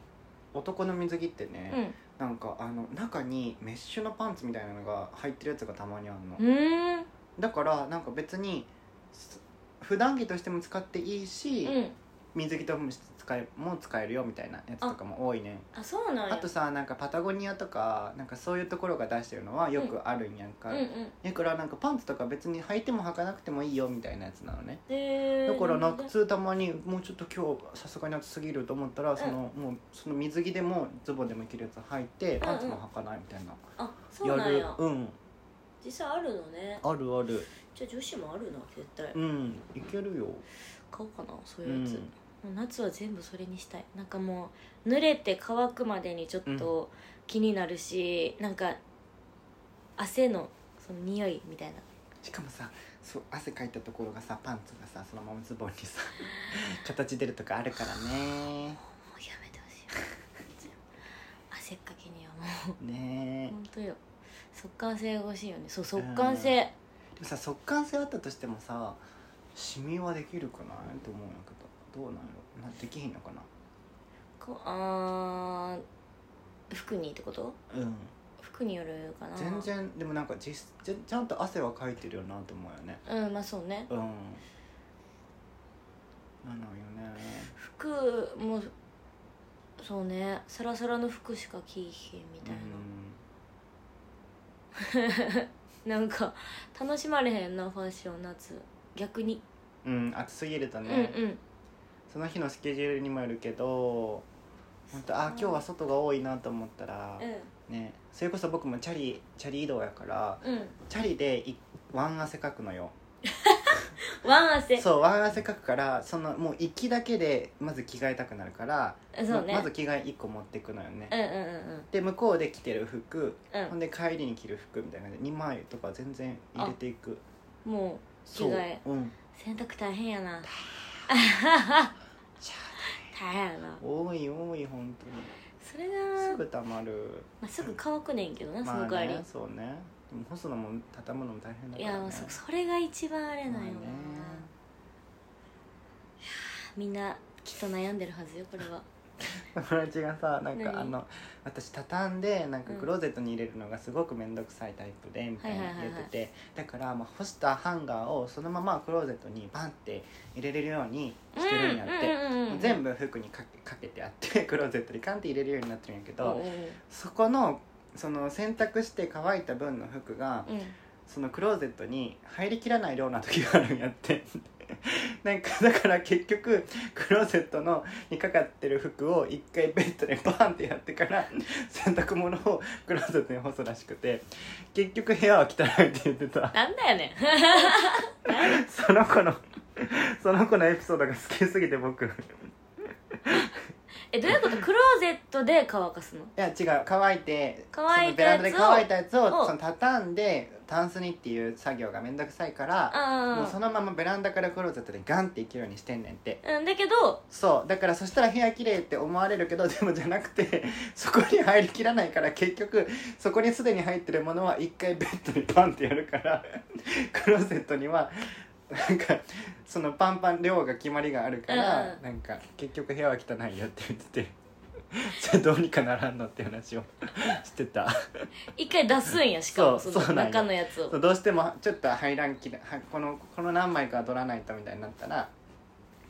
男の水着ってね、
う
なんかあの中にメッシュのパンツみたいなのが入ってるやつがたまにあるの、
んうーん
だからなんか別にす普段着としても使っていいし、
うん
水着とも使えも使えるよみたいなやつとかも多いね
あそうなん
あ
や
とさなんかパタゴニアとかなんかそういうところが出してるのはよくあるんやんか、
うんうん
だからなんかパンツとか別に履いても履かなくてもいいよみたいなやつなのね
で
だからなんか
るほどね
普通たまにもうちょっと今日さすがに暑すぎると思ったらその、もうその水着でもズボンでも着るやつ履いてパンツも履かないみたいな、
あそうなん
や
や
るうん
実際あるのね
あるある
じゃあ女子もあるな絶対
うんいけるよ
買おうかなそうういうやつ、
ん
もう夏は全部それにしたいなんかもう濡れて乾くまでにちょっと気になるし、なんか汗のその匂いみたいな
しかもさそう汗かいたところがさパンツがさそのままズボンに さ形出るとかあるからね
もうやめてほしい汗っかきにはもう
ねえ
本当よ速乾性が欲しいよねそう速乾性
でもさ速乾性あったとしてもさシミはできるかなって思うんやけどどうなんやろなできひんのかな
こあー服にってこと
うん
服によるかな
全然でもなんか実ちゃちゃんと汗はかいてるよなと思うよね
うんまあそうね
うんなのよね
服もそうねサラサラの服しか着いひんみたいな、なんか楽しまれへんなファッション夏逆に、
うん、うん、暑すぎると
う
ね、
んうん
その日のスケジュールにもよるけど本当あ今日は外が多いなと思ったら、ね、それこそ僕もチャリチャリ移動やから
うんうん
チャリでいワン汗かくのよ
ワン汗そ
そうワン汗かくからそのもう行きだけでまず着替えたくなるから
うね、
ままず着替え1個持ってくのよね、
うんうんうん
で向こうで着てる服
うん
ほんで帰りに着る服みたいな感じで2枚とか全然入れていく
うんもう着
そう
替え
うん
洗濯大変やな
し
大変やな
ゃあ多い多い本当に
それが
すぐたまる
まあ、すぐ乾くねんけどなその
まあ
代わり、
ねそうねでも干すのも畳むのも大変だ
い
から、ね、
やもうそそれが一番あれなんよな、
ま
みんなきっと悩んでるはずよこれ
あ
は
ね 友達がさなんか
何
あの私畳んでなんかクローゼットに入れるのがすごく面倒くさいタイプでみたいな
はいはいはい
言
はい
っててだからまあ干したハンガーをそのままクローゼットにバンって入れれるようにしてるんやって、
うんうんうんうん、
全部服にかけかけてあって クローゼットにカンって入れるようになってるんやけど、
うんうん
そこのその洗濯して乾いた分の服が、
うん、
そのクローゼットに入りきらない量な時があるんやって なんかだから結局クローゼットのにかかってる服を一回ベッドでバーンってやってから洗濯物をクローゼットに干すらしくて結局部屋は汚いって言ってた
なんだよねん
その子のその子のエピソードが好きすぎて僕い
えどういう ことクローゼットで乾かすの
や違う乾いて
乾いた
その
や
ベランダで
つを
乾いたやつ
を
をその畳んでタンスにっていう作業がめんどくさいからもうそ
あ
のままベランダからクローゼットでガンっていけるようにしてんねんって
あうんだけど
そうだからそしたら部屋綺麗って思われるけどでもじゃなくて そこに入りきらないから結局そこにすでに入ってるものは一回ベッドにパンってやるから クローゼットにはなんかそのパンパン量が決まりがあるから、
うん
なんか結局部屋は汚いよって言って てじゃあどうにかならんのって話を してた
一回出すんやしかも
そ
そうの
そうなんや
中のやつを
そうどうしてもちょっと入らんきらはこのこの何枚かは取らないとみたいになったら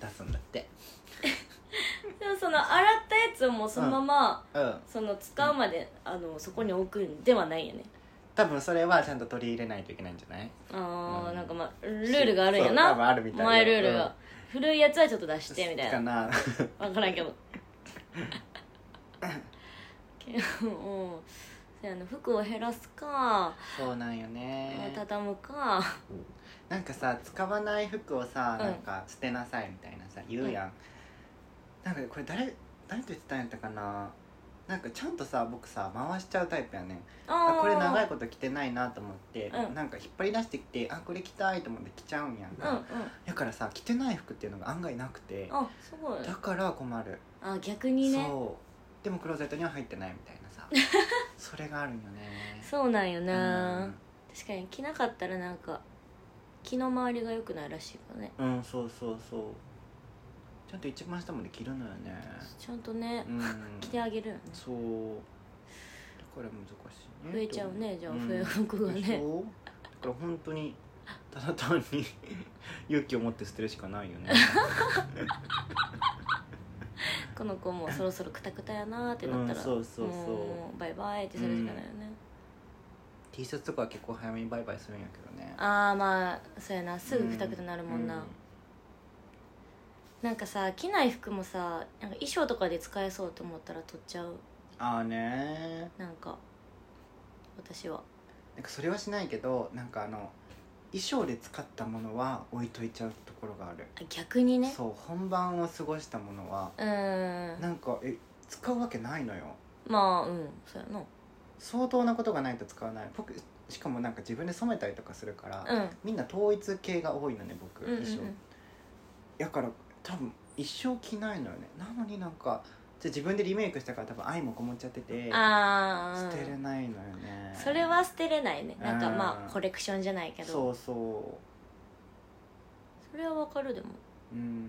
出すんだって
でもその洗ったやつをもうそのまま、
うん
その使うまで、あのそこに置くんではないよね
多分それはちゃんと取り入れないといけないんじゃない
あー、
うん
なんかまあルールがあるんや
そう多分
な
あるみたいな
前ルールが、古いやつはちょっと出してみたい
か
な
な
分からん けどけどうんそうやな服を減らすか、
そうなんよね
畳むか
なんかさ使わない服をさ
うん
なんか捨てなさいみたいなさ言うやん、なんかこれ誰誰と言ってたんやったかななんかちゃんとさ僕さ回しちゃうタイプやねん
あ
あこれ長い
い
こと着てないなと思って、
うん
なんか引っ張り出してきてあこれ着たいと思って着ちゃうんやん
うんうん
か、だからさ着てない服っていうのが案外なくて
あすごい
だから困る
あ逆にね
そうでもクローゼットには入ってないみたいな さそれがあるんよね
そうなんよ
う
な、
ん
確かに着なかったらなんか気の回りが良くないらしいからね
うんそうそうそうちゃんと一番下まで着るのよね
ちゃんとね、
うん
着てあげるよね
そうだから難しいね
増えちゃうねじゃあ、増え
ん
服が
でし
ね
ょだから本当にただ単に勇気を持って捨てるしかないよ ね
この子もそろそろクタクタやなーってなったら、
うんそうそうそう
もバイバイってするしかないよね、
T シャツとかは結構早めにバイバイするんやけどね
ああまあそうやなすぐクタクタなるもんな、なんかさ着ない服もさなんか衣装とかで使えそうと思ったら取っちゃう
ああね
なんか私は
なんかそれはしないけどなんかあの衣装で使ったものは置いといちゃうところがある、
あ逆にね
そう本番を過ごしたものは
うーん
なんかえ使うわけないのよ
まあうんそうやな
相当なことがないと使わない僕しかもなんか自分で染めたりとかするから、
うん
みんな統一系が多いのね僕
うんうん
衣装、だから多分一生着ないのよねなのになんかじゃあ自分でリメイクしたから多分愛もこもっちゃってて
うん、ああ
捨てれないのよね
それは捨てれないねなんか
うん
まあコレクションじゃないけど
そうそ
それはわかるでも
ううん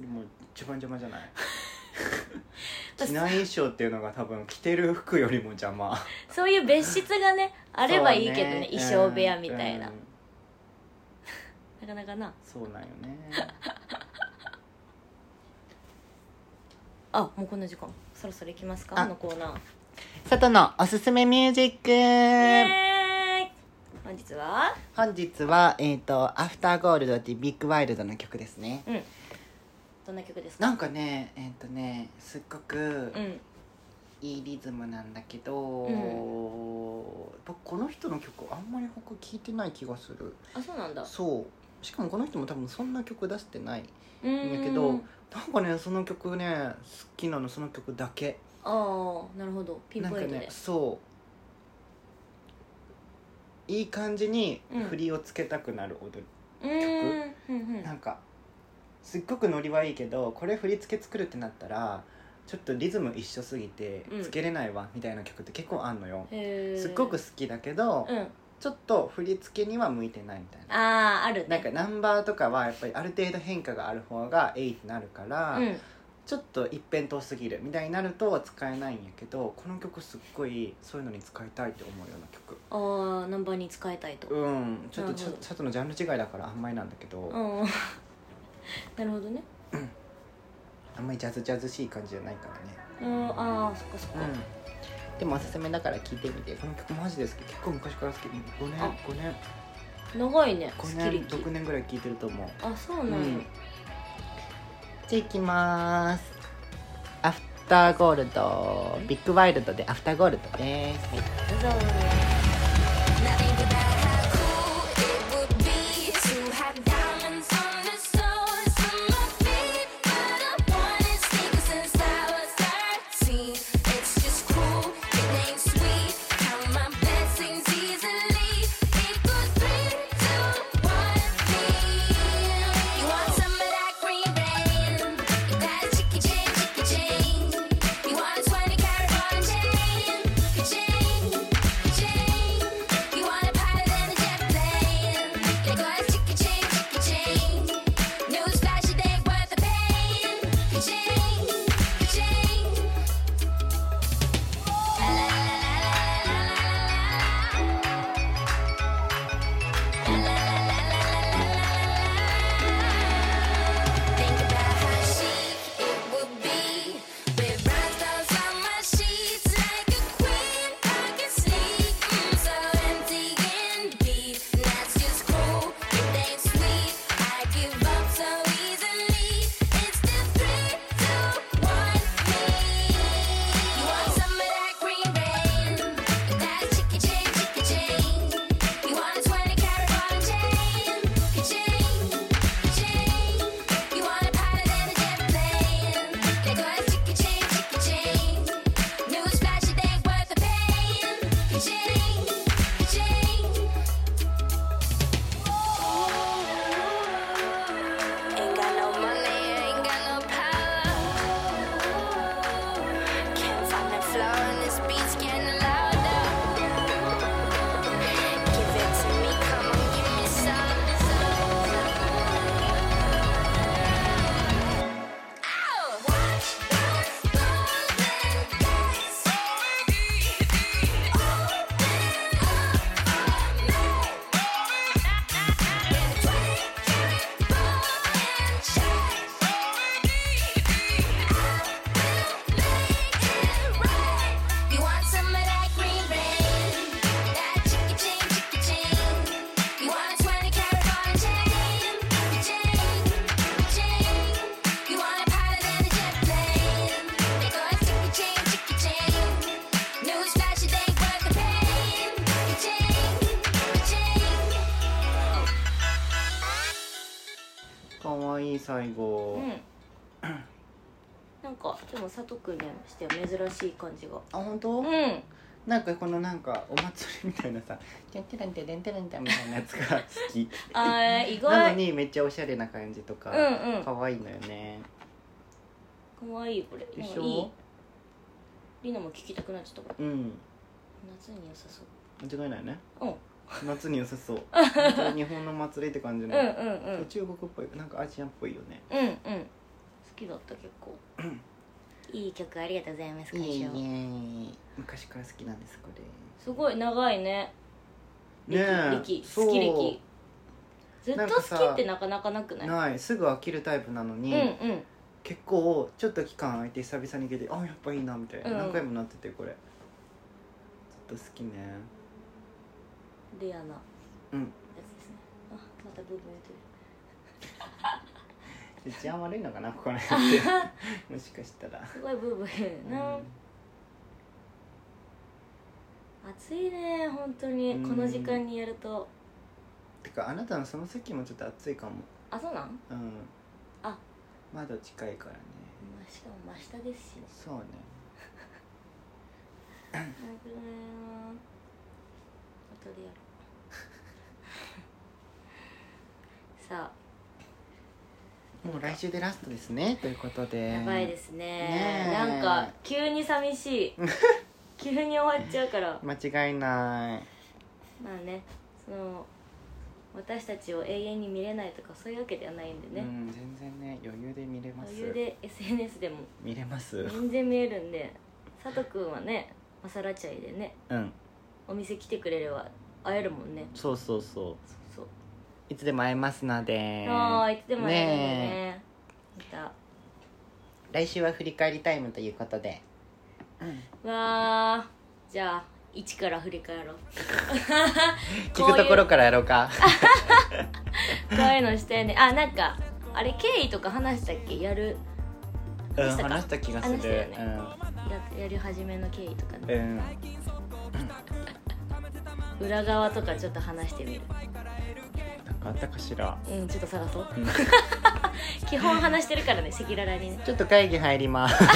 でも一番邪魔じゃない 着ない衣装っていうのが多分着てる服よりも邪魔
そういう別室がねあればいいけどね
そう
衣装部屋みたいな、
うんうん
なかなかな
そうなんよね
あもうこんな時間そろそろ行きますか
あ
あのコーナー
外のおすすめミュージ
イ
ック
エーイ本日は
本日はえっ、と「アフターゴールド」っていうビッグワイルドの曲ですね
うんどんな曲ですか
なんかねえっ、とねすっごく
うん
いいリズムなんだけど、
うん
僕この人の曲あんまり他聴いてない気がする
あそうなんだ
そうしかもこの人も多分そんな曲出してない
うんん
だけどなんかねその曲ね好きなのその曲だけ
ああなるほどピンポイン
な
ト
ん
で、
かねそういい感じに振りをつけたくなる踊り、
うーんうんうん
なんかすっごくノリはいいけどこれ振り付け作るってなったらちょっとリズム一緒すぎて
うん
つけれないわ、みたいな曲って結構あんのよ
へー
すっごく好きだけど、
うん
ちょっと振り付けには向いてないみたいな
あああるね
なんかナンバーとかはやっぱりある程度変化がある方がえいってなるから、
うん
ちょっと一辺倒すぎるみたいになると使えないんやけどこの曲すっごいそういうのに使いたいって思うような曲
ああナンバーに使いたいと
うんちょっと
な
ち
る
ょ
ほど
ちょっとのジャンル違いだからあんまりなんだけど、
うん なるほどね
あんまりジャズジャズしい感じじゃないからね
うんああそっかそっか、
うんでもおすすめだから聴いてみてこの曲マジで好き結構昔から好き5年
あ
5年
長いね好
5
き
年
歴
6年ぐらい聴いてると思う
あそうなんや、
うんじゃあ行きますアフターゴールドビッグワイルドでアフターゴールドです
どうぞ
Now think about how cool it would be to have diamonds on the soles of my feet, but I wanted sneakers since I was thirteen. It's just cruel, it ain't sweet. Count my blessings easily. Equal three, two, one, me. You want some of that green rain? That chicky chain, chicky chain. You want a twenty carat on chain, chain, chain. Oh.
最後、
うんなんかでも佐藤君にしては珍しい感じが
あ本当、
うん
なんかこのなんかお祭りみたいなさ「てんてらんてれんてれんてん」みたいなやつが好き
あー意
なの
外
にめっちゃおしゃれな感じとか、
うんうん
かわいいのよね
可愛いこれ
で
なん
し
かいい
ょ
りなも聞きたくなっちゃったから
うん
夏に良さそう
間違いないね
うん
夏に良さ そう本当に日本の祭りって感じ
うん
の、
うんうん
中国っぽいなんかアジアンっぽいよね
うんうん好きだった結構いい曲ありがとうございます
いい
会
え
社
昔から好きなんですこ
すごい長いね
れねえ
歴歴
そう
好き歴ずっ
なん
と
かさ
好きってなかなかなくない
ないすぐ飽きるタイプなの
う
に、
んうん
結構ちょっと期間空いて久々に聴いてあやっぱいいなみたいな、
うん
何回もなっててこれちょっと好 きね
レアなや
うん
つですねあまたブーブー言ってる
治安悪いのかなここ ら辺ってもしかしたら、
すごいブーブー言うな、暑いね本当に
うん
この時間にやると
てかあなたのその席もちょっと暑いかも
あそうなん
うん
あ
窓近いからね
まあしかも真下ですしね
そうね
危ないな後でやろう さ
もう来週でラストですねということ
あ
で
やばいですね
ねえ
なんか急に寂 しい急に終わっちゃうから
間違いない
まあねその私たちを永遠に見れないとかそういうわけではないんで
う
ね、
ん全然ね余裕で見れます
余裕で SNS でも
見れます
全然見えるんで佐藤君はねマサラチャイでね
うん
お店来てくれれば会えるもんね
そうそうそ
そう
ういつでも会えますので
ああいつでも会えるんだよね
ね
ま
え来週は振り返りタイムということで
たわあじゃあ一から振り返ろう
聞くところからやろうか
こういうのしたよねあなんかあれ経緯とか話したっけやる
うん
したか
話した気がする
話したよねややり始めの経緯とか
う
ね
ん、うん、
裏側とかちょっと話してみる
なんかあったかしら
うんちょっと探そう 基本話してるからね赤裸々にね
ちょっと会議入ります
や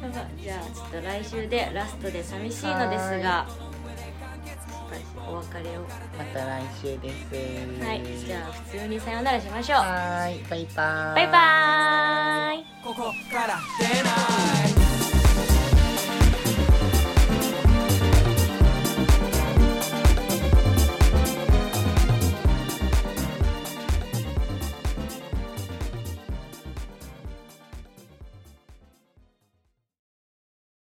ばいじゃあちょっと来週でラストで寂しいのですがお別れを
また来週です
はいじゃあ普通にさようならしましょう
はーいバイバーイ
バイバーイ